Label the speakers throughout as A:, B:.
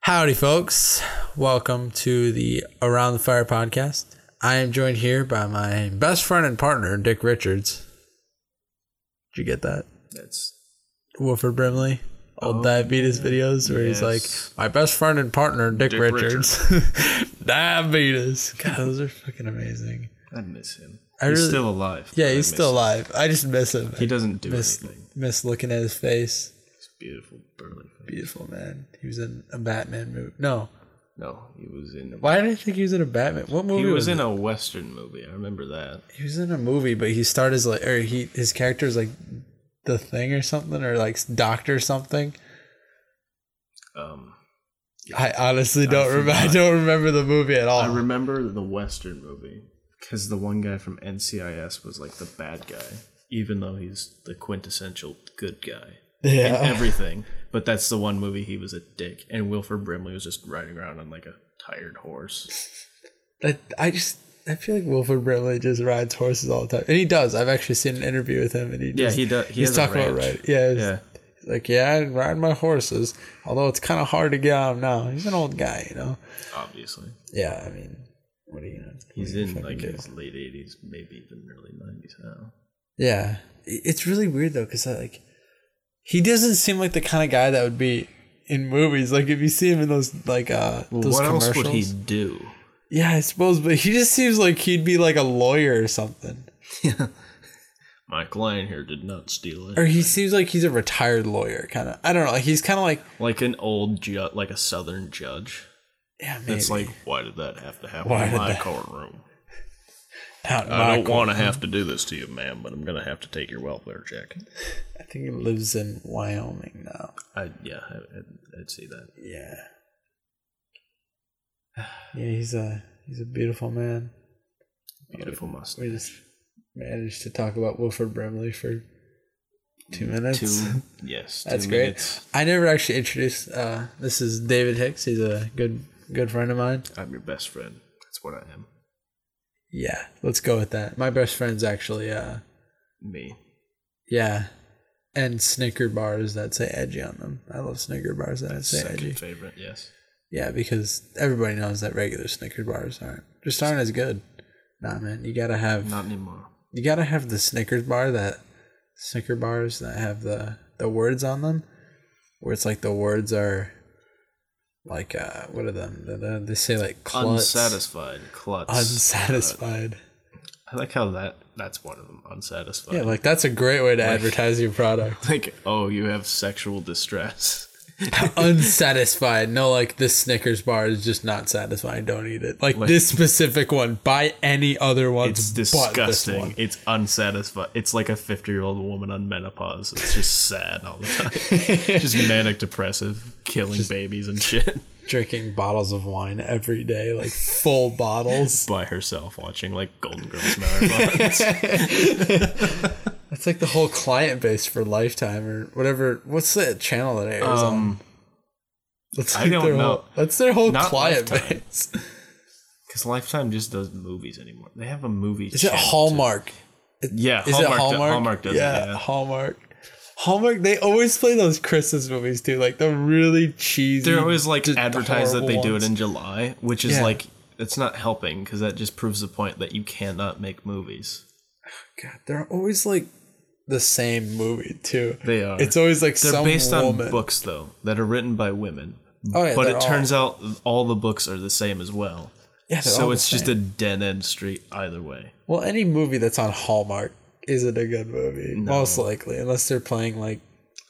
A: Howdy, folks. Welcome to the Around the Fire podcast. I am joined here by my best friend and partner, Dick Richards. Did you get that?
B: That's
A: Wilford Brimley, old diabetes videos, where he's
B: Oh, Yes.
A: like, my best friend and partner, Dick,
B: Dick
A: Richards. diabetes. God, those are fucking amazing.
B: I miss him.
A: I
B: he's
A: really-
B: still alive.
A: Yeah,
B: but I
A: he's
B: miss
A: still
B: him.
A: alive. I just miss him.
B: He doesn't do
A: miss,
B: anything.
A: miss looking at his face.
B: He's beautiful, burly. face.
A: Beautiful man. He was in a Batman movie. No.
B: No, he was in.
A: Why did I think he was in a Batman? What movie
B: He
A: was
B: was
A: it?
B: in a western movie. I remember that.
A: he was in a movie, but he started as like, or he his character is like the thing or something, or like doctor something.
B: Um,
A: I honestly don't remember. I
B: forgot.
A: don't remember the movie at all.
B: I remember the western movie because the one guy from NCIS was like the bad guy, even though he's the quintessential good guy in
A: yeah,
B: everything. But that's the one movie he was a dick, and Wilford Brimley was just riding around on like a tired horse.
A: I, I just I feel like Wilford Brimley just rides horses all the time, and he does. I've actually seen an interview with him, and he
B: Yeah,
A: just,
B: he does. He
A: he's
B: has
A: talking
B: a
A: about
B: ranch.
A: right. Yeah, he's-
B: Yeah,
A: he's like yeah, I ride my horses, although it's kind of hard to get on now. He's an old guy, you know.
B: obviously.
A: Yeah, I mean, what are you gonna?
B: He's
A: what are you
B: in
A: fucking
B: like
A: do?
B: his late eighties, maybe even early nineties now.
A: Yeah, It- it's really weird though, cause I, like he doesn't seem like the kind of guy that would be in movies. Like if you see him in those like uh those
B: what
A: commercials,
B: else would he do?
A: yeah, I suppose. But he just seems like he'd be like a lawyer or something,
B: My client here did not steal it.
A: or he seems like he's a retired lawyer kind of. I don't know. He's kind of like
B: like an old ju- like a southern judge.
A: yeah, maybe.
B: That's like, why did that have to happen
A: Why
B: in
A: did
B: my
A: that-
B: courtroom?
A: out in
B: I don't
A: Monaco.
B: want to have to do this to you, ma'am, but I'm gonna have to take your welfare check.
A: I think he lives in Wyoming now.
B: I yeah, I, I'd, I'd see that.
A: Yeah. Yeah, he's a he's a beautiful man.
B: Beautiful mustache.
A: We just managed to talk about Wilford Brimley for two minutes.
B: Two yes, two
A: That's
B: minutes.
A: great. I never actually introduced. Uh, this is David Hicks. He's a good good friend of mine.
B: I'm your best friend. That's what I am.
A: Yeah, let's go with that. My best friend's actually. Uh,
B: Me.
A: yeah, and Snicker bars that say edgy on them. I love Snicker bars that say
B: Second
A: edgy.
B: favorite. Yes.
A: Yeah, because everybody knows that regular Snicker bars aren't just aren't as good. Nah, man, you gotta have
B: Not anymore.
A: you gotta have the Snickers bar that Snicker bars that have the the words on them, where it's like the words are like uh what are them? They- They, they say like klutz,
B: Unsatisfied. Klutz.
A: unsatisfied.
B: I like how that that's one of them. Unsatisfied.
A: Yeah, like that's a great way to advertise your product.
B: like oh, you have sexual distress.
A: unsatisfied. No, like this Snickers bar is just not satisfying. Don't eat it. Like, this specific one. Buy any other ones.
B: It's
A: But this one.
B: disgusting. It's unsatisfied. It's like a fifty-year-old woman on menopause. It's just sad all the time. just manic depressive, killing babies and shit
A: Drinking bottles of wine every day, like full bottles.
B: by herself, watching like Golden Girls marathons.
A: It's like the whole client base for Lifetime or whatever. What's that channel that airs on?
B: um,
A: That's
B: I
A: like
B: don't
A: their
B: know.
A: Whole, that's their whole
B: Not
A: client
B: Lifetime.
A: base.
B: because Lifetime just does movies anymore. They have a movie.
A: Is it Hallmark?
B: Yeah,
A: Is
B: Hallmark,
A: it
B: do-
A: Hallmark?
B: Hallmark does
A: yeah,
B: it. Yeah.
A: Hallmark. Hallmark. They always play those Christmas movies too, like the really cheesy.
B: They're always like
A: just
B: advertised that they
A: horrible
B: do it
A: ones.
B: in July, which is
A: Yeah.
B: like it's not helping because that just proves the point that you cannot make movies.
A: God, they're always like the same movie too.
B: They are.
A: It's always like
B: They're
A: some
B: based on
A: woman.
B: books though that are written by women.
A: Oh, yeah,
B: but
A: they're
B: it turns out all the books are the same as well.
A: Yeah, they're all
B: So
A: the
B: it's just a dead end street either way.
A: Well, any movie that's on Hallmark isn't a good movie, most likely, unless they're playing like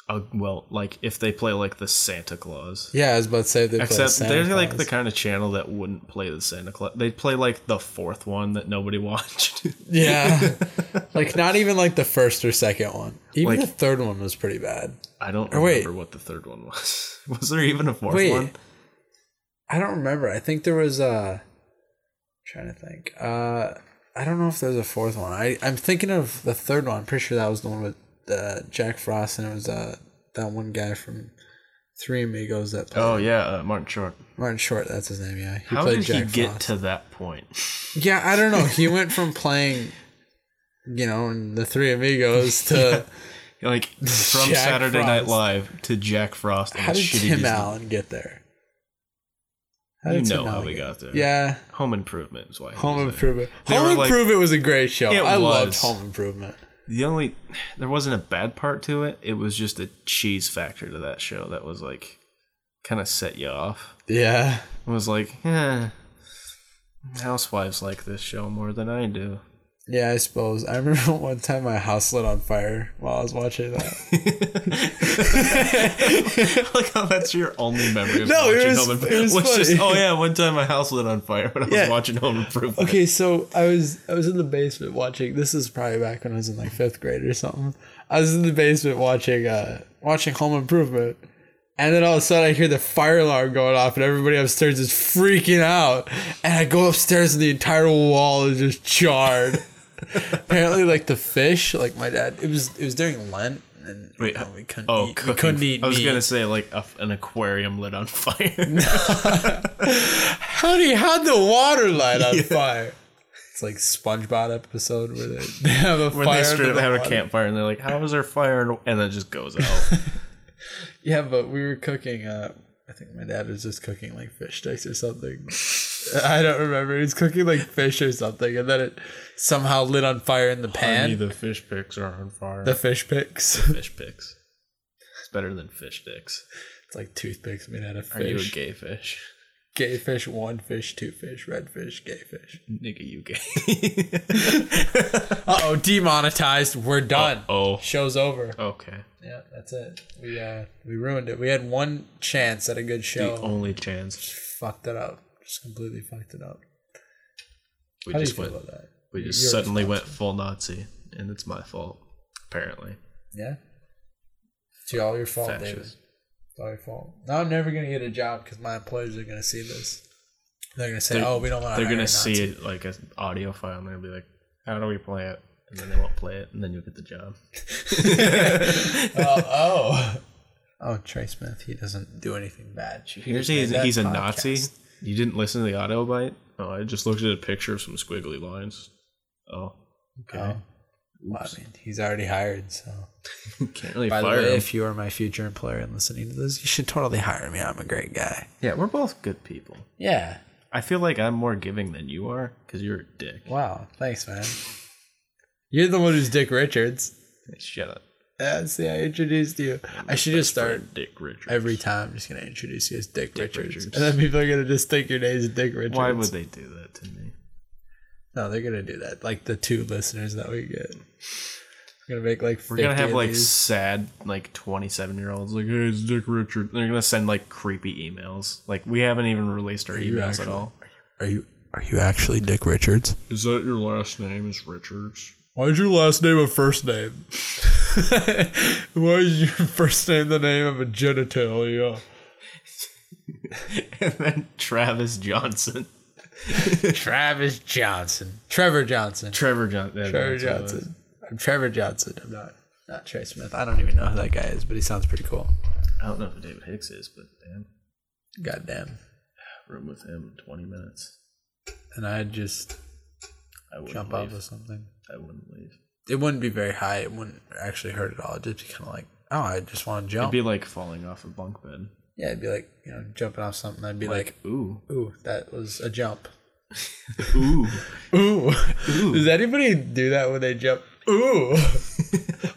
B: Uh, well, like if they play like the Santa Claus.
A: yeah. I was about to say they play
B: Except
A: Santa
B: they're like
A: Claus.
B: the kind of channel that wouldn't play the Santa Claus. They'd play like the fourth one that nobody watched.
A: Yeah. like not even like the first or second one. Even
B: Like-
A: the third one was pretty bad.
B: I don't
A: Or wait.
B: remember what the third one was. was there even a fourth
A: Wait.
B: one?
A: I don't remember. I think there was uh trying to think. Uh I don't know if there's a fourth one. I I'm thinking of the third one. I'm pretty sure that was the one with uh, Jack Frost and it was uh that one guy from Three Amigos that played
B: Oh yeah, uh, Martin Short.
A: Martin Short, that's his name, yeah. He
B: How
A: played
B: did
A: Jack
B: he get
A: Frost.
B: to that point?
A: Yeah, I don't know. He went from playing you know, in the Three Amigos to
B: Like from
A: Jack
B: Saturday Night
A: Frost.
B: Live to Jack Frost. and
A: how
B: the
A: did
B: shitty
A: Tim
B: Disney-
A: Allen get there? How
B: You
A: did
B: know
A: Tim
B: how
A: Allen
B: we
A: get-
B: got there.
A: Yeah,
B: Home Improvement is why. he
A: Home
B: was in it.
A: Improvement.
B: They
A: Home
B: were like-
A: Improvement was a great show.
B: It
A: I loved
B: was.
A: Home Improvement.
B: The only there wasn't a bad part to it. It was just the cheese factor to that show that was like kind of set you off.
A: Yeah,
B: It was like, eh, housewives like this show more than I do.
A: yeah. I suppose I remember one time my house lit on fire while I was watching that.
B: like, oh, that's your only memory of
A: No, it
B: watching
A: was-
B: Home Improvement.
A: it was
B: just,
A: funny.
B: oh yeah, one time my house lit on fire when I was
A: Yeah.
B: watching Home Improvement.
A: Okay, so I was I was in the basement watching. This is probably back when I was in like fifth grade or something. I was in the basement watching uh watching Home Improvement, and then all of a sudden I hear the fire alarm going off, and everybody upstairs is freaking out. And I go upstairs, and the entire wall is just charred. Apparently, like the fish, like my dad, it was it was during Lent, and you
B: Wait,
A: know, we couldn't
B: oh,
A: eat, we
B: cooking.
A: couldn't eat.
B: I was
A: meat.
B: gonna say like a, an aquarium lit on fire.
A: Honey, how'd the water light on fire? It's like SpongeBob episode where they, they have a
B: When
A: fire.
B: they
A: under
B: straight up
A: the
B: have a
A: water.
B: campfire and they're like, "How is there fire?" and- and it just goes out.
A: Yeah, but we were cooking. Uh, I think my dad was just cooking like fish sticks or something. I don't remember. He was cooking like fish or something, and then it somehow lit on fire in the
B: Honey,
A: pan.
B: the fish picks are on fire.
A: The fish picks.
B: fish picks. It's better than fish sticks.
A: It's like toothpicks made out of
B: Are you a
A: fish.
B: gay fish?
A: Gay fish, one fish, two fish, red fish, gay fish.
B: Nigga, you gay.
A: Uh oh, demonetized. We're done.
B: oh,
A: Show's over.
B: okay.
A: Yeah, that's it. We uh we ruined it. We had one chance at a good show.
B: The only chance
A: fucked it up. Just completely fucked it up.
B: we
A: How do you
B: just
A: feel
B: went,
A: about that?
B: we
A: You're
B: just suddenly went full Nazi, and it's my fault.
A: Oh,
B: Apparently,
A: Yeah. It's all your fault, David.
B: fascist.
A: It's all your fault. Now I'm never gonna get a job because my employers are gonna see this. They're gonna say,
B: They're-
A: "Oh, we don't want."
B: They're gonna see it like an audio file, and they'll be like, "How do we play it?" And then they won't play it, and then you'll get the job.
A: Oh, oh. Oh, Trey Smith. He doesn't do anything bad. She
B: Here's
A: just
B: he's,
A: made that
B: he's a
A: podcast. Oh.
B: Nazi. You didn't listen to the audio bite? Oh, I just looked at a picture of some squiggly lines. Oh, okay.
A: Oh. Well, I mean, he's already hired, so.
B: Can't really
A: By the
B: fire
A: way,
B: him.
A: if you are my future employer and listening to this, you should totally hire me. I'm a great guy.
B: yeah, we're both good people.
A: Yeah.
B: I feel like I'm more giving than you are because you're a dick.
A: Wow. Thanks, man. You're the one who's Dick Richards.
B: Hey, Shut up.
A: Yeah, see, I introduced you. I should just start
B: Dick Richards.
A: every time. I'm just gonna introduce you as Dick, Richards.
B: Richards.
A: and then people are gonna just think your name is Dick Richards.
B: Why would they do that to me?
A: No, they're gonna do that. Like the two listeners that we get. We're gonna make like.
B: We're gonna have like
A: These.
B: sad, like twenty-seven year olds, like, "Hey, it's Dick Richard." They're gonna send like creepy emails. Like we haven't even released our
A: you
B: emails at
A: actually-
B: all.
A: Are you Are you actually Dick Richards?
B: Is that your last name? Is Richards?
A: Why is your last name a first name? Why is your first name the name of a genitalia?
B: and then Travis Johnson,
A: Travis Johnson. Trevor Johnson.
B: Trevor Johnson,
A: Trevor Johnson. I'm Trevor Johnson. I'm not not Trey Smith. I don't even know who that guy is, but he sounds pretty cool.
B: I don't know who David Hicks is, but damn,
A: Goddamn.
B: room with him in twenty minutes.
A: And I'd just
B: I wouldn't
A: jump off
B: leave.
A: of something.
B: I wouldn't leave.
A: It wouldn't be very high. It wouldn't actually hurt at all. It'd just be kind of like, oh, I just want to
B: It'd
A: jump.
B: be like falling off a bunk bed.
A: yeah, it'd be like, you know, jumping off something. I'd be like,
B: Like, ooh,
A: ooh, that was a jump.
B: ooh.
A: Ooh. Does anybody do that when they jump? Ooh.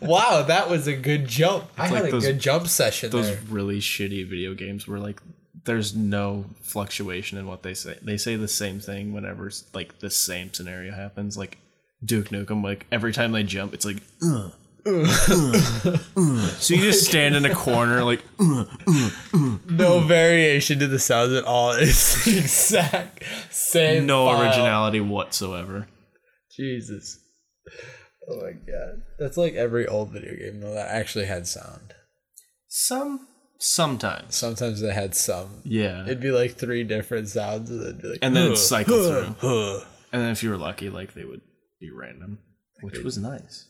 A: wow, that was a good jump. I had
B: like
A: a
B: those-
A: good jump session
B: those
A: there.
B: really shitty video games where like there's no fluctuation in what they say. They say the same thing whenever like the same scenario happens. Like Duke Nukem, like every time they jump, it's like. "Ugh, ugh, ugh." So you just stand in a corner, like
A: No variation to the sounds at all. It's the exact same.
B: no
A: file.
B: originality whatsoever.
A: Jesus. Oh my god. That's like every old video game though that actually had sound.
B: Some, sometimes,
A: Sometimes they had some.
B: yeah.
A: It'd be like three different sounds and then be like
B: and then it'd
A: "Huh,
B: cycle
A: huh,
B: through.
A: huh."
B: And then if you were lucky, like they would be random, which was nice.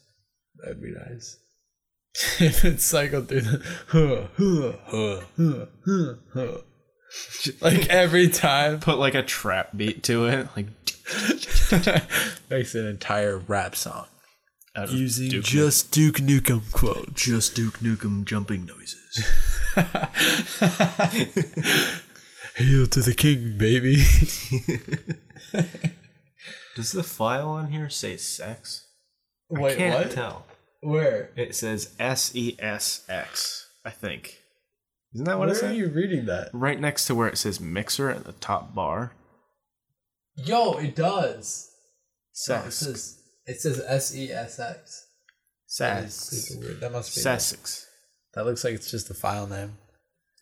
A: That'd be nice. if it cycled through the huh, huh, huh, huh, huh, huh. like every time
B: Put like a trap beat to it, like
A: makes an entire rap song.
B: out of
A: Using
B: Duke
A: just Duke Nukem quotes.
B: just Duke Nukem jumping noises.
A: Hail to the king, baby.
C: Does the file on here say sex? I
A: Wait,
C: can't
A: what?
C: tell.
A: Where?
B: It says S E S X, I think. Isn't that what it
A: Where are
B: says?
A: you reading that?
B: Right next to where it says mixer at the top bar.
A: Yo, it does. No, it
B: Sex.
A: says it says S E S X. That is
B: Sex.
A: super weird. That must be
B: Sussex.
A: that looks like it's just the file name.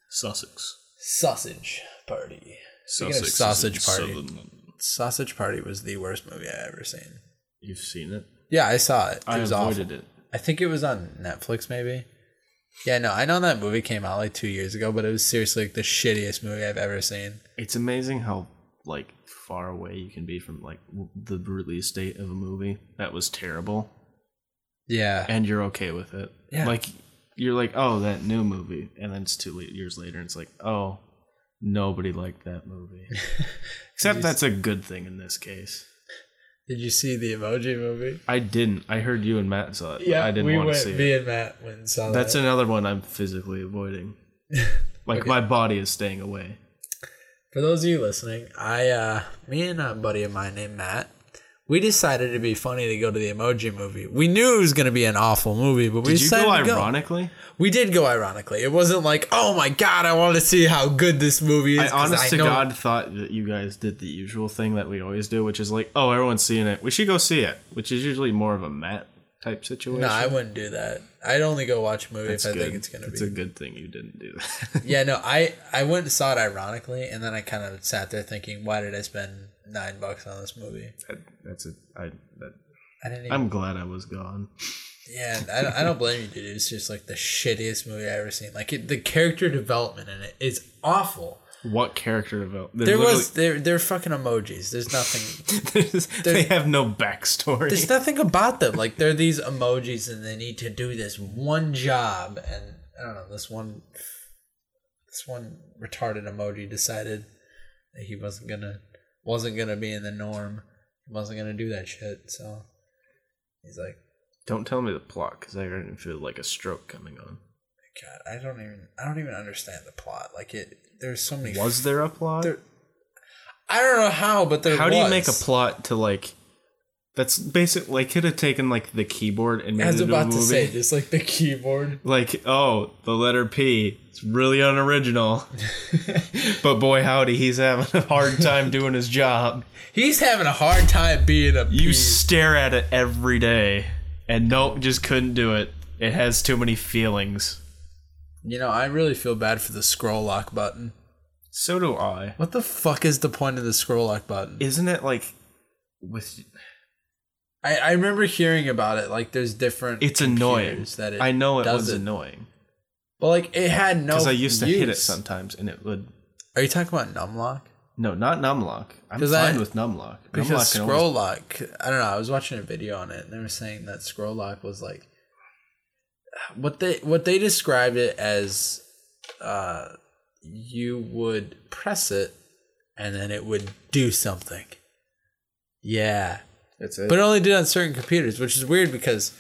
B: Sussex.
A: Sausage Party. Speaking of
B: is
A: sausage
B: in
A: party.
B: Southern-
A: Sausage Party was the worst movie I ever seen.
B: You've seen it.
A: Yeah, I saw it. It
B: I
A: was
B: avoided
A: awful.
B: it.
A: I think it was on Netflix, maybe. Yeah, no, I know that movie came out like two years ago, but it was seriously like the shittiest movie I've ever seen.
B: It's amazing how like far away you can be from like w- the release date of a movie that was terrible,
A: Yeah,
B: and you're okay with it.
A: Yeah.
B: Like you're like, oh, that new movie, and then it's two late years later, and it's like, oh, nobody liked that movie. Except that's a good thing in this case.
A: Did you see the Emoji Movie?
B: I didn't. I heard you and Matt saw it. but I didn't
A: we
B: want to
A: went.
B: see it.
A: me and Matt went and saw
B: That's
A: that.
B: another one I'm physically avoiding. Like my body is staying away.
A: For those of you listening, I, uh, me and a buddy of mine named Matt, we decided it'd be funny to go to the Emoji Movie. We knew it was going to be an awful movie, but we
B: Did you
A: decided
B: go
A: to go.
B: ironically?
A: We did go ironically. It wasn't like, oh my god, I want to see how good this movie is.
B: I
A: 'cause
B: honest to
A: know-
B: God thought that you guys did the usual thing that we always do, which is like, oh, everyone's seeing it. We should go see it, which is usually more of a Matt type situation.
A: No, I wouldn't do that. I'd only go watch a movie
B: That's
A: if I
B: good.
A: think it's gonna
B: It's
A: be.
B: a good thing you didn't do that.
A: yeah, no, I I went and saw it ironically, and then I kind of sat there thinking, why did I spend nine bucks on this movie?
B: That- That's it. I. That,
A: I didn't. Even,
B: I'm glad I was gone.
A: yeah, I don't, I don't blame you, dude. It's just like the shittiest movie I ever seen. Like it, the character development in it is awful.
B: What character development?
A: There was there there are fucking emojis. There's nothing.
B: they have no backstory.
A: There's nothing about them. Like they're these emojis, and they need to do this one job, and I don't know this one. This one retarded emoji decided that he wasn't gonna wasn't gonna be in the norm. He wasn't gonna do that shit. So he's like,
B: Don't tell me the plot because I already feel like a stroke coming on.
A: God, I don't even I don't even understand the plot. Like it, there's so many.
B: Was there a plot?
A: There- I don't know how, but there.
B: How do you
A: was.
B: make a plot to like? That's basic. Like, could have taken like the keyboard and made
A: I was
B: it into a
A: about
B: movie.
A: to say, just like the keyboard.
B: Like, oh, the letter P. It's really unoriginal. but boy, howdy, he's having a hard time doing his job.
A: He's having a hard time being a.
B: You
A: P.
B: stare at it every day, and nope, just couldn't do it. It has too many feelings.
A: You know, I really feel bad for the scroll lock button.
B: So do I.
A: What the fuck is the point of the scroll lock button?
B: Isn't it like with
A: I, I remember hearing about it. Like, there's different.
B: it's annoying.
A: computers That it
B: I know it
A: does
B: was
A: it.
B: annoying
A: But like, it had no.
B: because I used to hit it
A: use.
B: sometimes, and it would
A: Are you talking about numlock?
B: No, not Numlock. I'm
A: 'Cause
B: fine
A: I-
B: with Numlock.
A: Because
B: Numlock can
A: scroll
B: always-
A: lock. I don't know. I was watching a video on it, and they were saying that scroll lock was like what they what they described it as. Uh, you would press it, and then it would do something. Yeah.
B: That's it.
A: but it only did on certain computers, which is weird because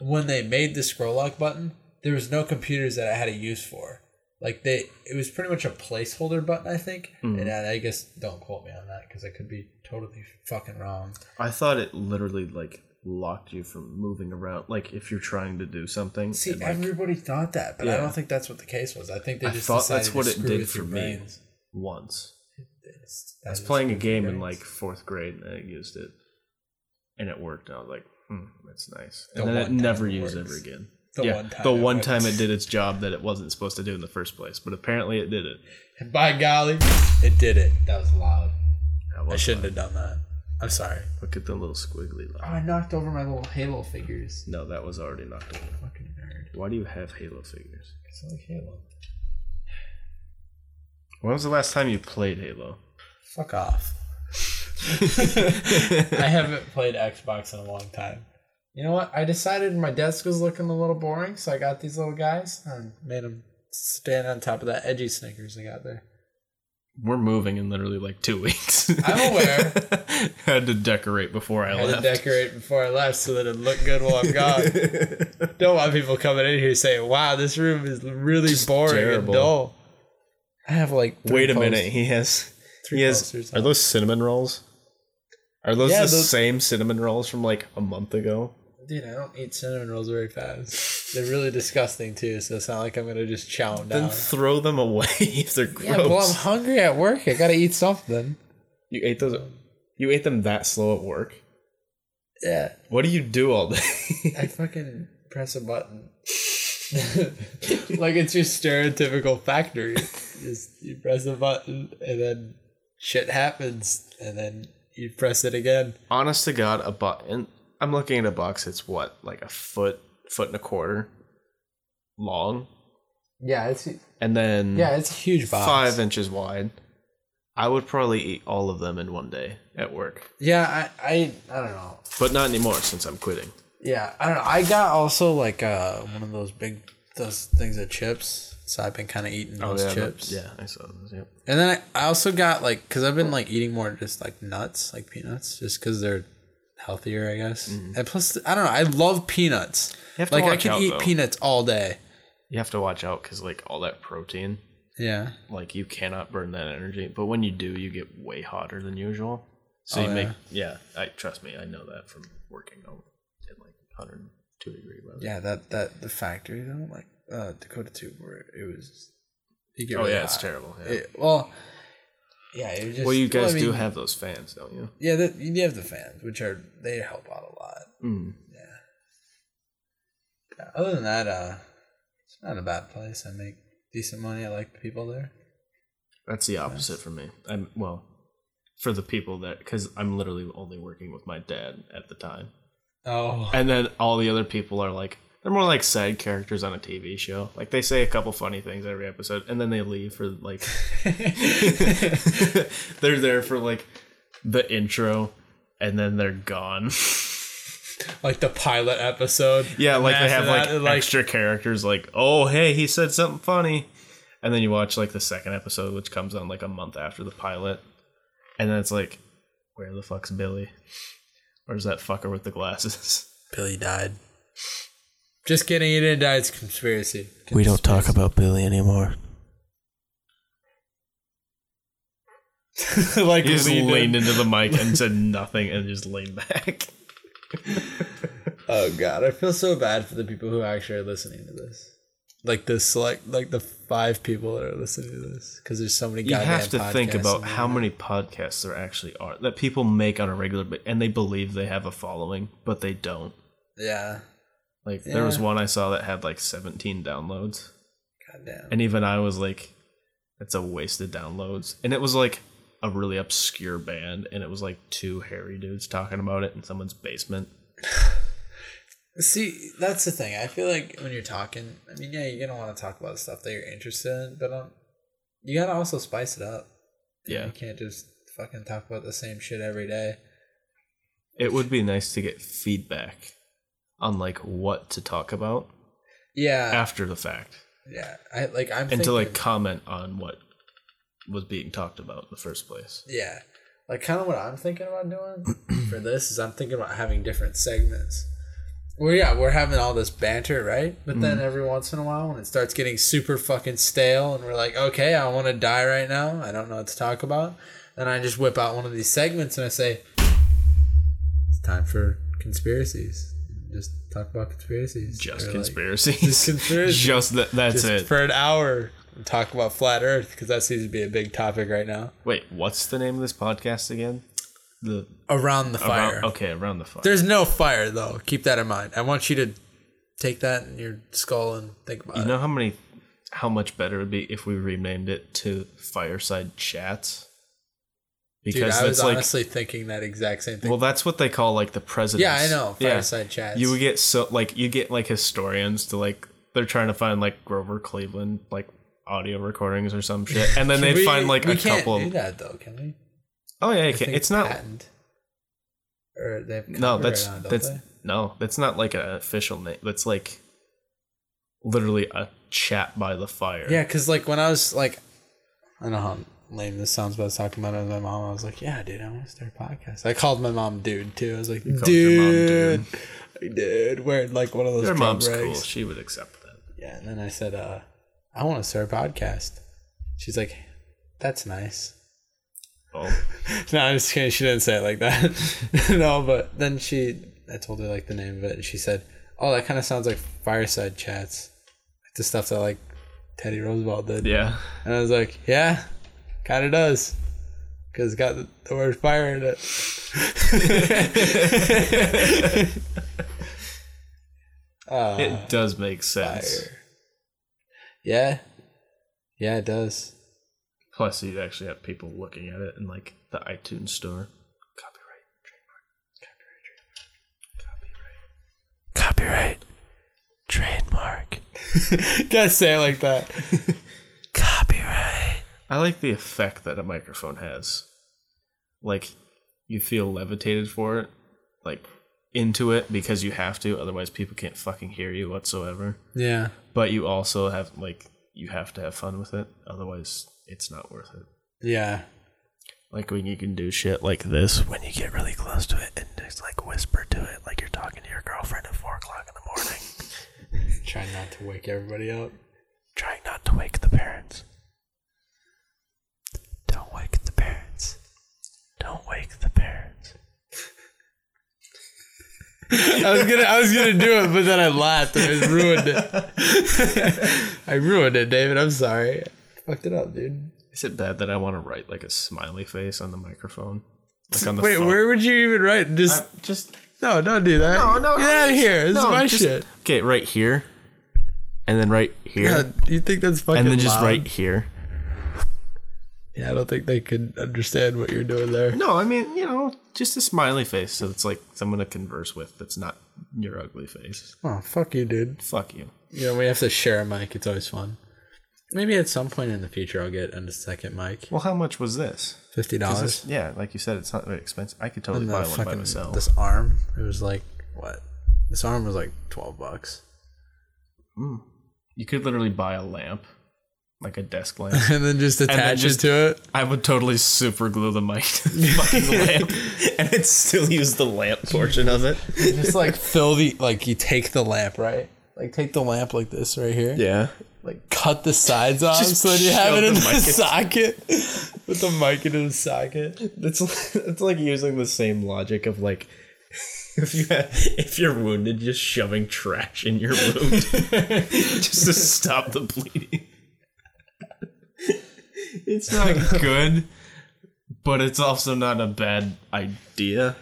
A: when they made the scroll lock button, there was no computers that I had a use for. Like they, it was pretty much a placeholder button, I think.
B: Hmm.
A: And I, I guess don't quote me on that because I could be totally fucking wrong.
B: I thought it literally like locked you from moving around. Like if you're trying to do something.
A: See,
B: and, like,
A: everybody thought that, but I
B: Yeah.
A: don't think that's what the case was. I think they
B: I
A: just
B: thought
A: decided
B: that's what
A: to
B: it
A: screw
B: did
A: with
B: for
A: your
B: me
A: brains.
B: once.
A: It's-
B: I was
A: that
B: playing a
A: screwed with your
B: game in
A: brains.
B: like fourth grade and I used it, and it worked. And I was like, hmm, that's nice.
A: The
B: And then
A: one
B: it
A: time
B: never
A: it
B: used
A: works.
B: ever again.
A: The
B: yeah,
A: one time
B: the
A: it
B: one
A: works.
B: time it did its job that it wasn't supposed to do in the first place, but apparently it did it.
A: And by golly, it did it. That was loud.
B: That was
A: I shouldn't have done that. I'm sorry.
B: fun. Look at the little squiggly line.
A: I knocked over my little Halo figures.
B: No, that was already knocked over.
A: Fucking nerd.
B: Why do you have Halo figures?
A: It's like Halo.
B: When was the last time you played Halo?
A: Fuck off. I haven't played Xbox in a long time. You know what? I decided my desk was looking a little boring, so I got these little guys and made them stand on top of that edgy Snickers I got there.
B: We're moving in literally like two weeks.
A: I'm aware.
B: Had to decorate before I,
A: I had to
B: left.
A: decorate before I left so that it looked good while I'm gone. Don't want people coming in here saying, "Wow, this room is really boring
B: terrible.
A: and dull." I have like three
B: Wait a
A: posts-
B: minute. He has.
A: Three
B: he
A: posters
B: has. Are
A: up.
B: those cinnamon rolls? Are those
A: Yeah,
B: the
A: those-
B: same cinnamon rolls from like a month ago?
A: Dude, I don't eat cinnamon rolls very fast. They're really disgusting too, so it's not like I'm gonna just chow them down.
B: Then throw them away if they're
A: yeah,
B: gross.
A: well, I'm hungry at work. I gotta eat something.
B: you ate those. You ate them that slow at work.
A: Yeah,
B: What do you do all day?
A: I fucking press a button. like it's your stereotypical factory. Just you press a button and then shit happens, and then you press it again.
B: Honest to God, a box. I'm looking at a box. It's what, like a foot, foot and a quarter long,
A: Yeah, it's
B: and then
A: yeah, it's a huge box.
B: five inches wide. I would probably eat all of them in one day at work,
A: Yeah, I, I I don't know.
B: but not anymore since I'm quitting.
A: Yeah, I don't know. I got also like uh one of those big those things of chips. So I've been kind of eating those
B: Oh, yeah,
A: chips.
B: Yeah, I saw those. Yep.
A: And then I, I also got like because I've been like eating more just like nuts, like peanuts, just because they're healthier, I guess. And plus, I don't know. I love peanuts.
B: Mm-hmm. You have to
A: Like I
B: watch
A: can
B: out,
A: eat
B: though.
A: peanuts all day.
B: You have to watch out because like all that protein,
A: Yeah.
B: like you cannot burn that energy. But when you do, you get way hotter than usual. So
A: Oh,
B: you
A: yeah.
B: make yeah. I trust me, I know that from working out at like 102 degree weather.
A: Yeah. That that the factory though, like uh, Dakota Tube, where it was. You get
B: Oh
A: really
B: yeah, it's
A: hot.
B: terrible. Yeah.
A: It- well, yeah. It was just,
B: well, you guys
A: I mean,
B: do have those fans, don't you?
A: Yeah, that you have the fans, which are they help out a lot.
B: Mm.
A: Yeah, Other than that, uh, it's not a bad place. I make decent money. I like the people there.
B: That's the opposite for me. I'm well, for the people that because I'm literally only working with my dad at the time,
A: Oh,
B: and then all the other people are like they're more like side characters on a TV show. Like they say a couple funny things every episode, and then they leave for like they're there for like the intro, and then they're gone.
A: like the pilot episode.
B: Yeah,
A: And
B: like they
A: after
B: have like,
A: that,
B: extra characters like, oh hey, he said something funny. And then you watch like the second episode, which comes on like a month after the pilot. And then it's like, where the fuck's Billy? Where's that fucker with the glasses?
A: Billy died. Just kidding, he didn't die. It's conspiracy.
C: about Billy anymore.
A: about like
B: He just
A: leaned
B: leaned,
A: in.
B: into the mic and said nothing and just leaned back.
A: Oh god, I feel so bad for the people who actually are listening to this. Like the select, like the five people that are listening to this, because there's so many.
B: You have to
A: goddamn
B: think
A: podcasts
B: about
A: in the
B: how
A: world.
B: many podcasts there actually are that people make on a regular basis, and they believe they have a following, but they don't.
A: Yeah.
B: Like there was
A: Yeah.
B: one I saw that had like 17 downloads.
A: Goddamn.
B: And even I was like, that's a waste of downloads. And it was like a really obscure band, and it was like two hairy dudes talking about it in someone's basement.
A: See, that's the thing. I feel like when you're talking, I mean, yeah, you're gonna want to talk about stuff that you're interested in, but um, you gotta also spice it up.
B: Yeah.
A: You can't just fucking talk about the same shit every day.
B: It would be nice to get feedback on like what to talk about
A: Yeah,
B: after the fact
A: yeah. I like I'm
B: and to
A: thinking,
B: like comment on what was being talked about in the first place.
A: yeah, like kind of what I'm thinking about doing for this is I'm thinking about having different segments. Well, yeah, we're having all this banter, right? But
B: Mm-hmm.
A: then every once in a while, when it starts getting super fucking stale, and we're like, okay, I want to die right now. I don't know what to talk about. Then I just whip out one of these segments and I say, it's time for conspiracies. Just talk about conspiracies.
B: Just
A: Or, like,
B: conspiracies.
A: just conspiracies.
B: Just that that's
A: just
B: it.
A: for an hour and talk about flat Earth because that seems to be a big topic right now.
B: Wait, what's the name of this podcast again? The
A: Around the fire.
B: Around, okay, around the fire.
A: There's no fire though. Keep that in mind. I want you to take that in your skull and think about
B: You
A: it.
B: know how many, how much better it would be if we renamed it to Fireside Chats?
A: Dude,
B: Because
A: I was
B: that's like,
A: honestly thinking that exact same thing.
B: well, that's what they call like the president.
A: Yeah, I know, fireside chats.
B: You would get so like you get like historians to like they're trying to find like Grover Cleveland like audio recordings or some shit, and then they'd
A: We-
B: find like
A: we
B: a
A: can't
B: couple.
A: do
B: Of,
A: that though, can we?
B: oh yeah, you
A: I
B: can,
A: think
B: it's not.
A: patent. Or they have
B: No, that's
A: on, it, don't
B: that's
A: they?
B: no, that's not like an official name. That's like literally a chat by the fire.
A: yeah. Because like when I was like, I don't know how lame this sounds, but I was talking about it with my mom. I was like, yeah, dude, I want to start a podcast. I called my mom, dude, too. I was like, dude,
B: called your mom
A: dude, wearing like one of those.
B: Your
A: drum
B: mom's
A: rags.
B: cool. She would accept that.
A: Yeah, and then I said, uh, I want to start a podcast. She's like, That's nice.
C: Oh,
A: No, I'm just kidding. She didn't say it like that. no, but then she, I told her like the name of it, and she said, "Oh, that kind of sounds like fireside chats, like the stuff that like Teddy Roosevelt did."
B: Yeah.
A: And I was like, "Yeah, kind of does, because it's got the, the word fire in it."
B: It does make sense.
A: Fire. Yeah, yeah, it does.
B: Plus, you'd actually have people looking at it in like the iTunes store. Copyright.
D: Copyright. Trademark.
A: Gotta say it like that.
D: Copyright.
B: I like the effect that a microphone has. Like, you feel levitated for it, like into it because you have to. Otherwise, people can't fucking hear you whatsoever.
A: Yeah,
B: But you also have like you have to have fun with it. Otherwise, it's not worth it.
A: yeah,
B: Like when you can do shit like this.
D: When you get really close to it and just like whisper to it like you're talking to your girlfriend at 4 o'clock in the morning,
A: trying not to wake everybody up.
D: trying not to wake the parents. Don't wake the parents. Don't wake the parents.
A: I was gonna I was gonna do it, but then I laughed and I ruined it. I ruined it, David. I'm sorry. Fucked it up, dude.
B: Is it bad that I want to write like a smiley face on the microphone? Like on the
A: Wait,
B: phone?
A: where would you even write? Just
B: Just oh,
A: no, don't do that.
B: No, no,
A: get
B: no,
A: out of here. This
B: no,
A: is my
B: just-
A: shit.
B: okay, right here, and then right here,
A: God, you think that's fucking?
B: and then just
A: loud?
B: right here.
A: Yeah, I don't think they could understand what you're doing there.
B: No, I mean you know, just a smiley face. So it's like someone to converse with. That's not your ugly face.
A: Oh, fuck you, dude.
B: Fuck you.
A: You know we have to share a mic. It's always fun. Maybe at some point in the future I'll get a second mic.
B: Well, how much was this?
A: Fifty
B: 'Cause
A: dollars.
B: this- yeah, like you said, it's not very expensive. I could totally
A: And
B: buy
A: the
B: one by
A: fucking-
B: myself.
A: This arm, it was like what? This arm was like twelve bucks.
B: You could literally buy a lamp, like a desk lamp.
A: and then just attach
B: then just-
A: it to it.
B: I would totally super glue the mic to the fucking lamp, and I'd still use the lamp portion of it.
A: Just like fill the like you take the lamp right, like take the lamp like this right here,
B: Yeah.
A: like cut the sides off
B: Just
A: so that you have
B: shove
A: it in
B: the
A: the,
B: mic in.
A: socket. With the mic in the socket.
B: It's it's like using the same logic of like if you have, if you're wounded, just shoving trash in your wound just to stop the bleeding. It's not good, but it's also not a bad idea.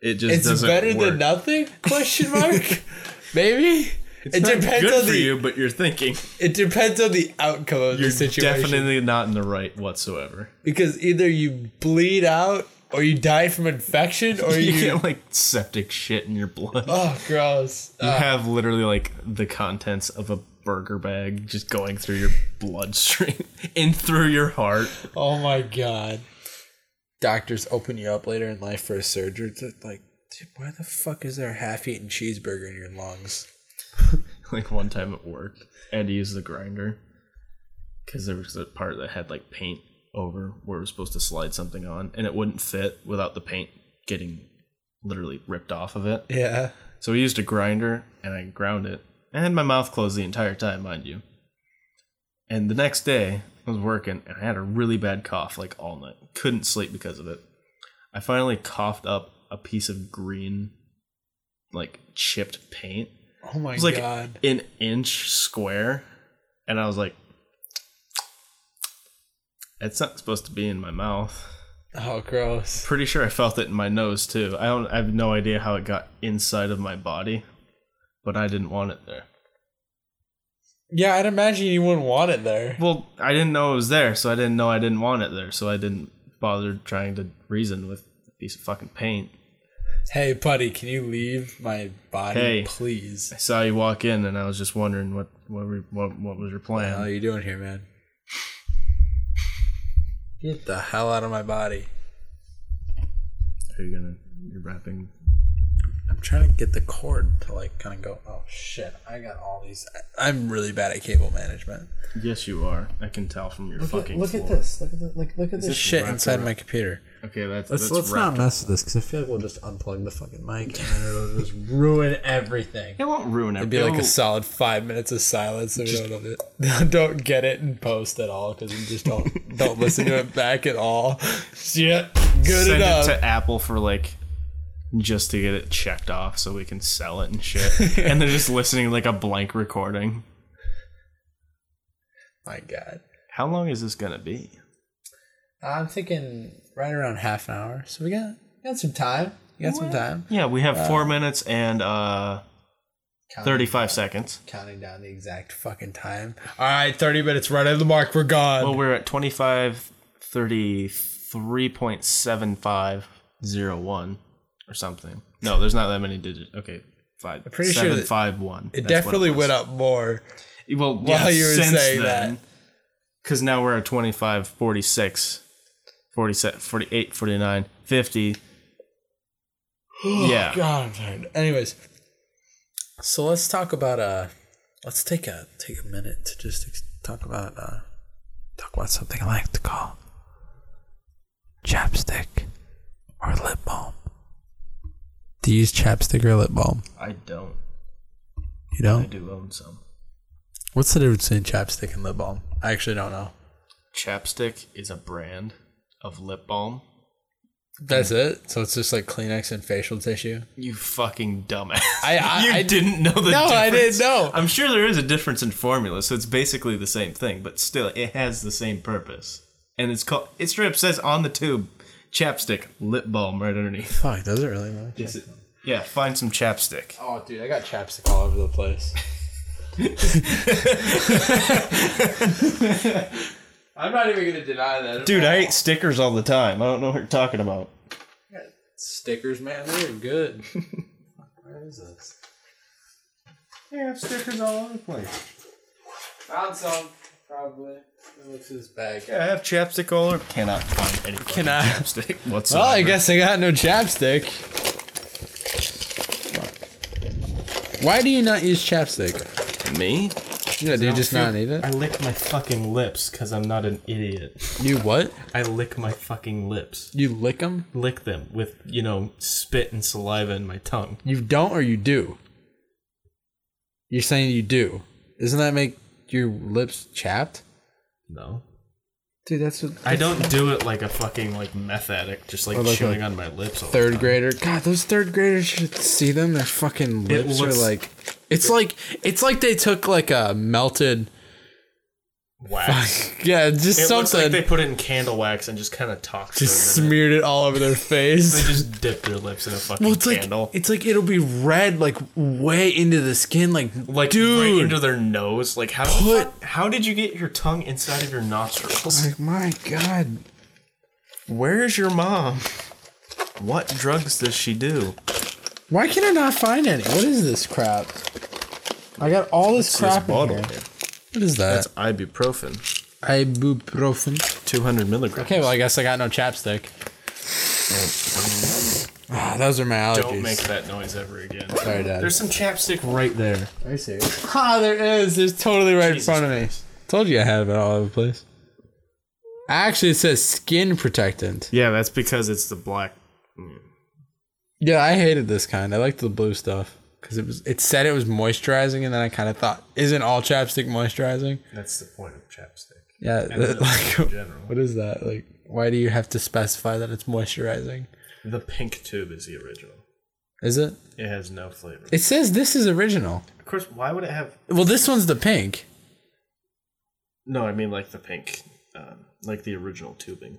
B: It just
A: It's
B: doesn't
A: better
B: work.
A: than nothing? Question mark? Maybe. it
B: Not
A: depends
B: good
A: on
B: for
A: the
B: you, but you're thinking
A: it depends on the outcome of
B: you're
A: the situation.
B: definitely not in the right whatsoever.
A: Because either you bleed out or you die from infection or
B: You
A: you,
B: get like septic shit in your blood.
A: Oh gross.
B: You have literally like the contents of a burger bag just going through your bloodstream and through your heart.
A: Oh my god. Doctors open you up later in life for a surgery. It's like, dude, why the fuck is there a half eaten cheeseburger in your lungs?
B: Like one time at work, I had to use the grinder because there was a part that had like paint over where we are supposed to slide something on, and it wouldn't fit without the paint getting literally ripped off of it.
A: Yeah.
B: So we used a grinder and I ground it. I had my mouth closed the entire time, mind you. And the next day, I was working and I had a really bad cough like all night. Couldn't sleep because of it. I finally coughed up a piece of green, like chipped paint.
A: Oh my
B: It was like
A: god.
B: an inch square. And I was like, it's not supposed to be in my mouth.
A: Oh gross.
B: Pretty sure I felt it in my nose too. I don't I have no idea how it got inside of my body, but I didn't want it there.
A: Yeah, I'd imagine you wouldn't want it there.
B: Well, I didn't know it was there, so I didn't know I didn't want it there, so I didn't bother trying to reason with a piece of fucking paint.
A: Hey buddy, can you leave my body
B: Hey.
A: please?
B: I saw you walk in and I was just wondering what what were, what, what was your plan?
A: How are you doing here, man? Get the hell out of my body.
B: are you gonna you're wrapping
A: I'm trying to get the cord to like kind of go. Oh shit! I got all these. I, I'm really bad at cable management.
B: Yes, you are. I can tell from your fucking. floor.
A: Look at the, like look at this,
B: this
A: shit
B: wrapped
A: inside
B: around-
A: my computer.
B: Okay, that's
A: Let's
B: that's
A: let's
B: wrapped
A: not mess with this because I feel like we'll just unplug the fucking mic and it'll just ruin everything.
B: It won't ruin it.
A: It'd be like a solid five minutes of silence if we don't, don't get it in post at all because we just don't don't listen to it back at all. Shit, good
B: send
A: enough.
B: it to Apple for like just to get it checked off so we can sell it and shit. and they're just listening to like a blank recording.
A: my God,
B: How long is this gonna be?
A: I'm thinking right around half an hour. So we got got some time. We got some time.
B: Yeah, we have four minutes and uh
A: Counting-
B: thirty-five seconds.
A: Counting down the exact fucking time. All right, thirty minutes right on the mark. We're gone.
B: Well, we're at twenty-five thirty-three point seven five zero one or something. No, there's not that many digits. Okay, five. I'm
A: pretty sure that- it definitely went up more.
B: Well,
A: While
B: yeah,
A: you were
B: since
A: saying
B: then,
A: that.
B: Because now we're at 25, 46, 47, 48, 49, 50. yeah.
A: God, I'm tired. Anyways, so let's talk about uh, let's take a take a minute to just ex- talk about uh,
D: Talk about something I like to call chapstick or lip balm.
A: do you use chapstick or lip balm?
B: I don't.
A: You
B: I
A: know,
B: do own some.
A: what's the difference between chapstick and lip balm? I actually don't know.
B: Chapstick is a brand of lip balm.
A: That's it. So it's just like Kleenex and facial tissue.
B: You fucking dumbass.
A: I- I-
B: you
A: I-
B: didn't know the
A: No,
B: difference.
A: I didn't know.
B: I'm sure there is a difference in formula, so it's basically the same thing, but still, it has the same purpose. And it's called, it straight up says on the tube, chapstick, lip balm right underneath.
A: Fuck, does it really matter?
B: Is it- Yeah, find some chapstick.
A: Oh, dude, I got chapstick all over the place. I'm not even gonna deny that.
B: Dude, I eat stickers all the time. I don't know what you're talking about.
A: stickers, man, they're good. Where is this?
B: I have stickers all over the place.
A: Found some, probably. Let me look through this bag.
B: Yeah, I have chapstick all over. Cannot find any fucking
A: Cannot.
B: chapstick whatsoever.
A: Well, I guess I got no chapstick. Why do you not use chapstick?
B: Me?
A: Yeah, do you just not need it?
B: I lick my fucking lips because I'm not an idiot.
A: You what?
B: I lick my fucking lips.
A: You lick them?
B: Lick them with, you know, spit and saliva in my tongue.
A: You don't or you do? You're saying you do. Doesn't that make your lips chapped?
B: No.
A: Dude, that's what
B: I don't do it like a fucking, like, meth addict, just like
A: Or like
B: chewing
A: a
B: on my lips all the
A: third
B: time.
A: grader. God, those third graders should see them. Their fucking
B: It
A: lips
B: looks-
A: are like it's like it's like they took like a melted
B: Wax.
A: yeah, just
B: It looks
A: something
B: like they put it in candle wax and just kind of talked for a
A: just
B: minute.
A: smeared it all over their
B: They
A: face.
B: just dip their lips in a fucking
A: well, it's like
B: candle.
A: it's like it'll be red like way into the skin like
B: like
A: dude.
B: right into their nose. Like how
A: Put-
B: put, how did you get your tongue inside of your nostrils?
A: like my god.
B: Where's your mom? What drugs does she do?
A: Why can I not find any? What is this crap? I got all this crap in here. What is that?
B: That's ibuprofen,
A: ibuprofen.
B: two hundred milligrams.
A: Okay, well, I guess I got no chapstick. Ah, those are my allergies.
B: Don't make that noise ever again.
A: Sorry, Dad.
B: There's some chapstick right there.
A: I see. Ah, there is. It's totally right
B: Jesus
A: in front of me.
B: Christ.
A: Told you I had it all over the place. Actually, it says skin protectant.
B: Yeah, that's because it's the black.
A: Yeah, I hated this kind. I liked the blue stuff because it was. It said it was moisturizing, and then I kind of thought, isn't all chapstick moisturizing?
B: That's the point of chapstick.
A: Yeah, that- like,
B: general.
A: what is that? Like, why do you have to specify that it's moisturizing?
B: The pink tube is the original.
A: Is it?
B: It has no flavor.
A: It says this is original.
B: Of course, why would it have?
A: Well, this one's the pink.
B: No, I mean like the pink, um, like the original tubing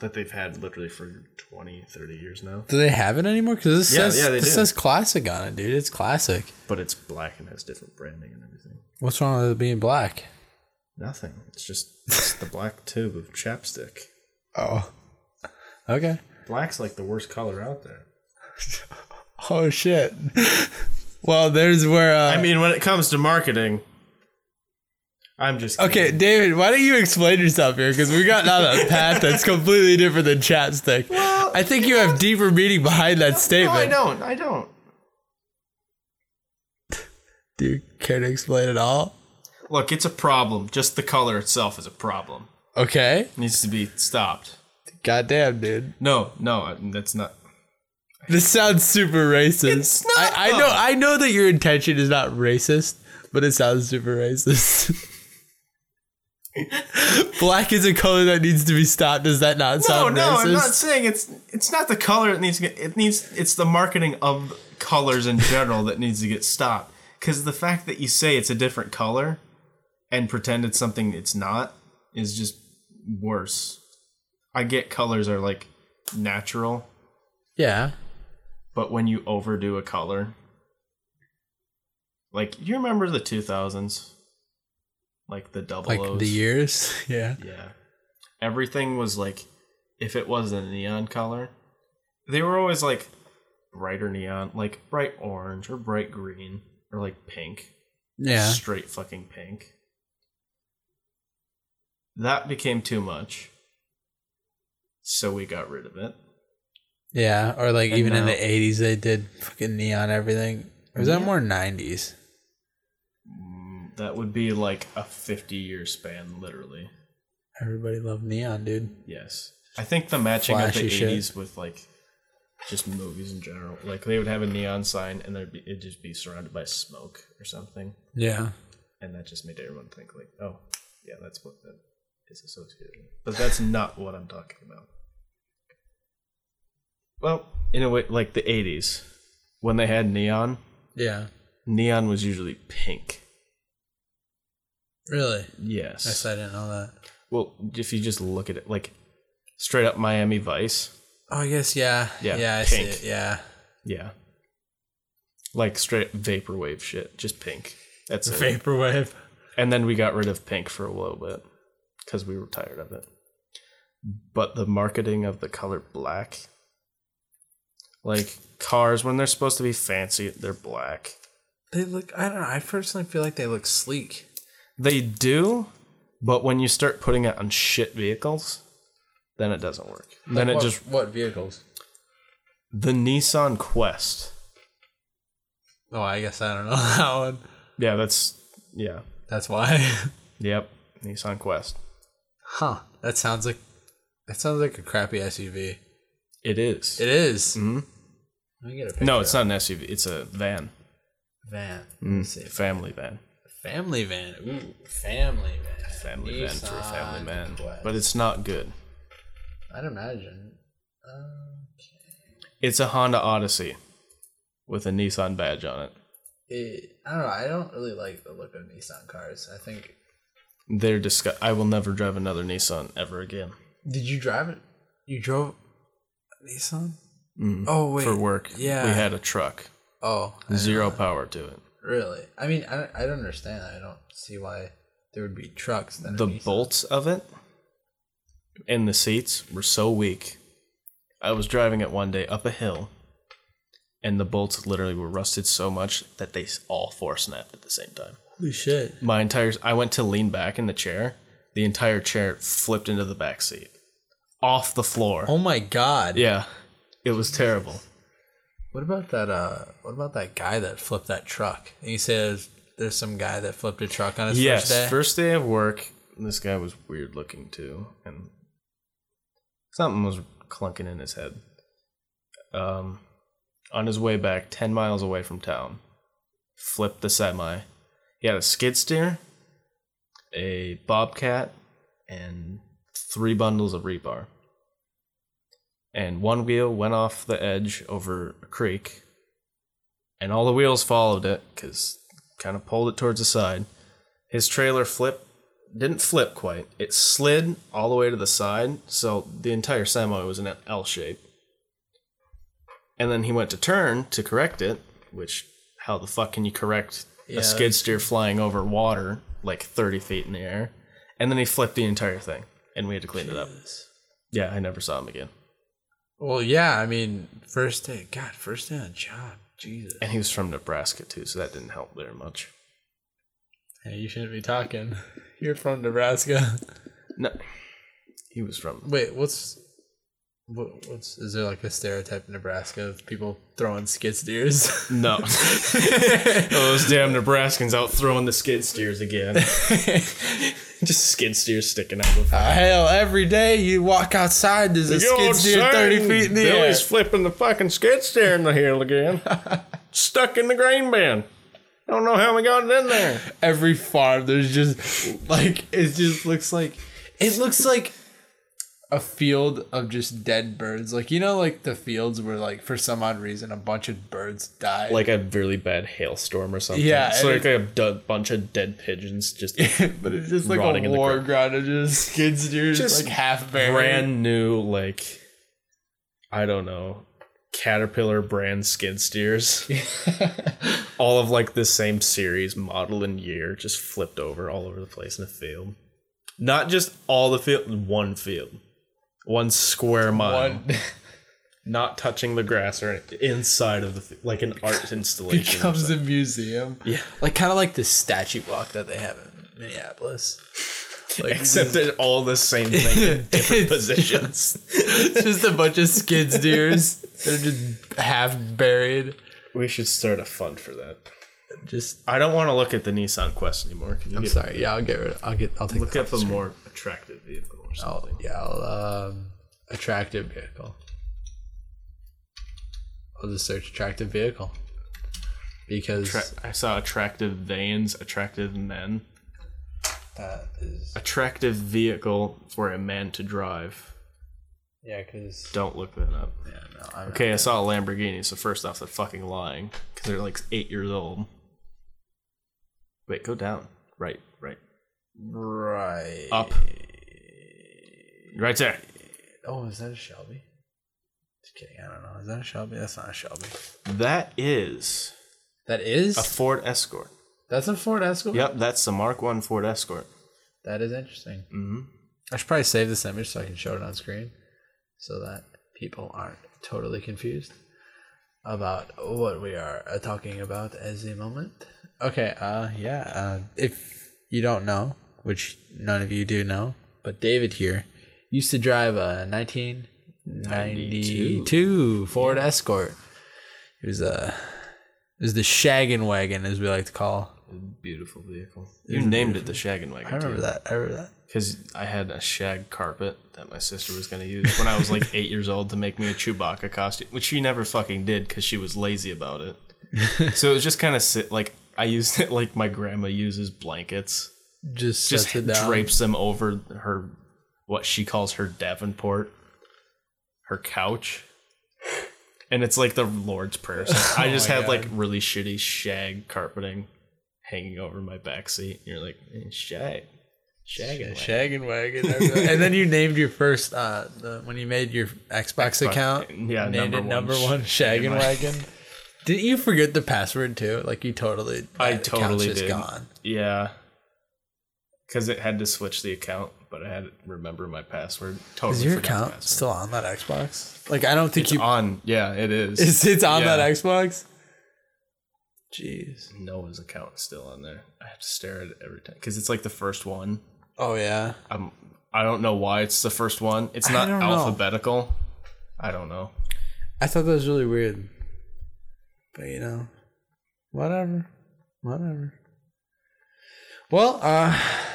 B: that they've had literally for 20, 30 years now.
A: Do they have it anymore? Because this
B: Yeah,
A: says
B: yeah, they
A: this
B: do.
A: says classic on it, dude. It's classic.
B: But it's black and has different branding and everything.
A: What's wrong with it being black?
B: Nothing. It's just it's the black tube of chapstick.
A: Oh. Okay.
B: Black's like the worst color out there.
A: Oh shit. well, there's where. Uh,
B: I mean, when it comes to marketing, I'm just
A: okay,
B: kidding.
A: David, why don't you explain yourself here? Because we got down a path that's completely different than chapstick. I think you have deeper meaning behind that
B: No, I
A: statement.
B: don't. I don't.
A: Do you care to explain at all?
B: Look, it's a problem. Just the color itself is a problem.
A: Okay.
B: It needs to be stopped.
A: Goddamn, dude.
B: No, no, I- that's not.
A: This sounds super racist.
B: It's not,
A: I, I
B: though.
A: know. I know that your intention is not racist, but it sounds super racist. Black is a color that needs to be stopped. Does that not
B: No,
A: sound
B: no,
A: racist?
B: I'm not saying it's. It's not the color that needs to get. It needs. It's the marketing of colors in general that needs to get stopped. Because the fact that you say it's a different color, and pretend it's something it's not, is just worse. I get colors are like natural,
A: Yeah.
B: but when you overdo a color like you remember the 2000s like the double
A: Like
B: O's
A: the years. Yeah.
B: yeah everything was like if it was a neon color they were always like brighter neon like bright orange or bright green or like pink
A: Yeah.
B: straight fucking pink that became too much so we got rid of it
A: Yeah. Or like even in
B: now-
A: the '80s, they did fucking neon everything. Or was that more '90s?
B: Mm, that would be like a 50 year span literally
A: Everybody loved neon, dude.
B: Yes. I think the matching of
A: Flashy
B: the
A: shit.
B: 80s with like just movies in general. Like they would have a neon sign and there'd be, it'd just be surrounded by smoke or something.
A: Yeah.
B: And that just made everyone think like, oh, yeah, that's what that is associated with. But that's not what I'm talking about. Well, in a way, like the 80s, when they had neon,
A: Yeah.
B: neon was usually pink.
A: Really?
B: Yes.
A: I guess I didn't know that.
B: well, if you just look at it, like straight up Miami Vice,
A: Oh, I guess yeah.
B: Yeah,
A: Yeah. I
B: pink.
A: see it. Yeah.
B: Yeah. Like straight vaporwave shit, just pink. That's it.
A: Vaporwave.
B: And then we got rid of pink for a little bit because we were tired of it. But the marketing of the color black, like cars, when they're supposed to be fancy, they're black.
A: They look. I don't know. I personally feel like they look sleek.
B: They do, but when you start putting it on shit vehicles, then it doesn't work. then it just
A: what vehicles?
B: the Nissan Quest.
A: Oh, I guess I don't know that one.
B: Yeah, that's yeah.
A: That's why.
B: Yep. Nissan Quest.
A: Huh. That sounds like that sounds like a crappy SUV.
B: It is.
A: It is.
B: Mm-hmm.
A: Let me get a picture.
B: No, it's not an SUV. It's a van,
A: van.
B: a family van,
A: Family van. Ooh, family van.
B: family van for a family
A: Nissan
B: man.
A: Quest.
B: But it's not good.
A: I'd imagine. Uh,
B: It's a Honda Odyssey with a Nissan badge on it.
A: It, I don't know. I don't really like the look of Nissan cars. I think.
B: They're disgu- I will never drive another Nissan ever again.
A: Did you drive it? You drove a Nissan. Oh wait.
B: Mm. For work,
A: Yeah.
B: we had a truck,
A: Oh,
B: zero power to it.
A: Really? I mean, I don't, I don't understand. I don't see why there would be trucks. That
B: The bolts of it and the seats were so weak. I was driving it one day up a hill, and the bolts literally were rusted so much that they s- all four snapped at the same time.
A: Holy shit.
B: my entire I went to lean back in the chair. The entire chair flipped into the back seat. Off the floor.
A: Oh my god.
B: Yeah. It was terrible.
A: What about that? Uh, what about that guy that flipped that truck? And you say there's, there's some guy that flipped a truck on his
B: yes.
A: first day.
B: First day of work, this guy was weird looking too, and something was clunking in his head. Um on his way back, ten miles away from town, flipped the semi. He had a skid steer, a bobcat, and three bundles of rebar. And one wheel went off the edge over a creek, and all the wheels followed it because kind of pulled it towards the side. His trailer flipped, didn't flip quite. It slid all the way to the side, so the entire semi was in an L shape. And then he went to turn to correct it, which how the fuck can you correct
A: Yeah,
B: a skid steer flying over water like 30 feet in the air? And then he flipped the entire thing, and we had to clean it up. Yeah, I never saw him again.
A: Well, yeah. I mean, first day. God, first day on the job. Jesus.
B: And he was from Nebraska too, so that didn't help very much.
A: Hey, you shouldn't be talking. You're from Nebraska.
B: No, he was from
A: Wait, what's? What, what's is there like a stereotype in Nebraska of people throwing skid steers?
B: No. Those damn Nebraskans out throwing the skid steers again. Just skid steers sticking out of
A: Uh, hell, every day you walk outside, there's a skid steer thirty feet in the air.
B: Billy's flipping the fucking skid steer in the hill again. Stuck in the grain bin. Don't know how we got it in there.
A: Every farm, there's just like it just looks like it looks like a field of just dead birds. Like you know, like the fields where like for some odd reason a bunch of birds died.
B: Like a really bad hailstorm or something.
A: Yeah,
B: It's
A: and
B: like a d- bunch of dead pigeons just
A: but it's just like
B: rotting
A: a
B: in the
A: war
B: ground.
A: ground of just skid steers,
B: Just
A: like half buried.
B: brand new, like, I don't know, Caterpillar brand skid steers. all of like the same series, model, and year just flipped over all over the place in a field. Not just all the field, one field, one square mile,
A: One
B: not touching the grass or anything, inside of the fi- like an art installation. or
A: becomes
B: something.
A: a museum.
B: Yeah.
A: like kind of like the statue walk that they have in Minneapolis. Like
B: Except that all the same thing in different
A: It's-
B: positions.
A: It's just a bunch of skid steers. They're just half buried.
B: We should start a fund for that.
A: Just
B: I don't want to look at the Nissan Quest anymore. Can you
A: I'm
B: get-
A: sorry. Yeah, I'll get rid. I'll get. I'll take.
B: Look up a more attractive vehicle or
A: i
B: something.
A: yeah, I'll, um, attractive vehicle. I'll just search attractive vehicle because
B: Attra- I saw attractive vans, attractive men,
A: that is
B: attractive vehicle for a man to drive.
A: yeah. Because
B: Don't look that up.
A: yeah, no, I'm
B: Okay, I saw a Lamborghini. So first off, they're fucking lying because they're like eight years old. Wait, go down. Right, right,
A: right.
B: up. Right there.
A: Oh, is that a Shelby? Just kidding. I don't know. Is that a Shelby? That's not a Shelby.
B: That is
A: That is.
B: a Ford Escort.
A: that's a Ford Escort.
B: Yep, that's the Mark One Ford Escort.
A: That is interesting.
B: Mm-hmm.
A: I should probably save this image so I can show it on screen so that people aren't totally confused about what we are uh, talking about at the moment. Okay, uh yeah, uh if you don't know, which none of you do know, but David here used to drive a 1992 Ford Escort. It was a it was the shaggin' wagon as we like to call.
B: Beautiful vehicle. You named it the Shaggin' Wagon.
A: I remember that. I remember that.
B: Because I had a shag carpet that my sister was going to use when I was like eight years old to make me a Chewbacca costume, which she never fucking did because she was lazy about it. so it was just kind of sit like I used it like my grandma uses blankets,
A: Just
B: just
A: sets it down.
B: drapes them over her what she calls her Davenport, her couch. And it's like the Lord's Prayer. So I just
A: Oh my
B: had
A: God.
B: like really shitty shag carpeting hanging over my back seat. And you're like, eh, shag. Shagging.
A: Shaggin'
B: wagon."
A: Shaggin' wagon. and then you named your first uh the, when you made your Xbox, account.
B: yeah,
A: you named
B: number
A: it
B: one,
A: number one Shaggin' wagon. Didn't you forget the password too? Like you totally.
B: I
A: that account's
B: totally
A: just
B: did.
A: Gone.
B: Yeah. Because it had to switch the account, but I had to remember my password. Totally.
A: Is your
B: forgot the
A: account
B: password.
A: still on that Xbox? Like I don't think
B: It's
A: you.
B: on. Yeah, it is.
A: it's, it's on
B: Yeah.
A: that Xbox. Jeez.
B: Noah's account is still on there. I have to stare at it every time because it's like the first one.
A: Oh yeah.
B: I'm. I don't know why it's the first one. It's
A: I
B: not
A: don't know.
B: alphabetical. I don't know.
A: I thought that was really weird. But you know, whatever. Whatever. Well, uh I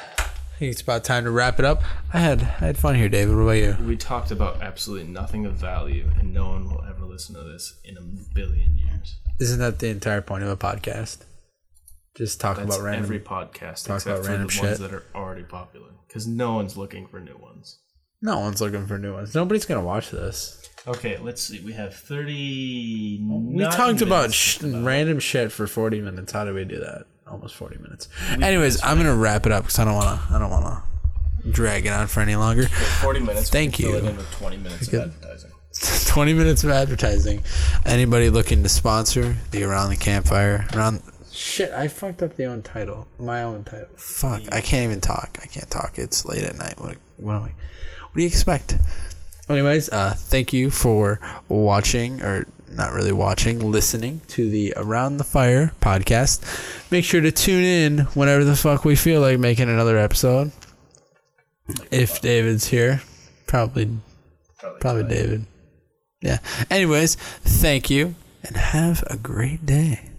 A: think it's about time to wrap it up. I had I had fun here, David. What about you?
B: We talked about absolutely nothing of value, and no one will ever listen to this in a billion years.
A: Isn't that the entire point of a podcast? Just talk
B: That's
A: about random
B: every podcast
A: talk
B: except
A: about
B: for
A: random
B: the
A: shit.
B: ones that are already popular, because no one's looking for new ones.
A: No one's looking for new ones. Nobody's gonna watch this.
B: Okay, let's see. We have thirty.
A: We talked about, sh- random shit for forty minutes. How did we do that? Almost forty minutes. Anyways, I'm gonna wrap it up because I don't wanna. I don't wanna drag it on for any longer.
B: forty minutes.
A: Thank
B: We can
A: you.
B: Fill it in with twenty minutes of advertising.
A: 20 minutes of advertising. Anybody looking to sponsor the Around the Campfire? Around Shit, I fucked up the own title. My own title. Fuck, I can't even talk. I can't talk. It's late at night. What, what am I? What do you expect? Anyways, uh, thank you for watching, or not really watching, listening to the Around the Fire podcast. Make sure to tune in whenever the fuck we feel like making another episode. If David's here, probably Probably David. Yeah. Anyways, thank you and have a great day.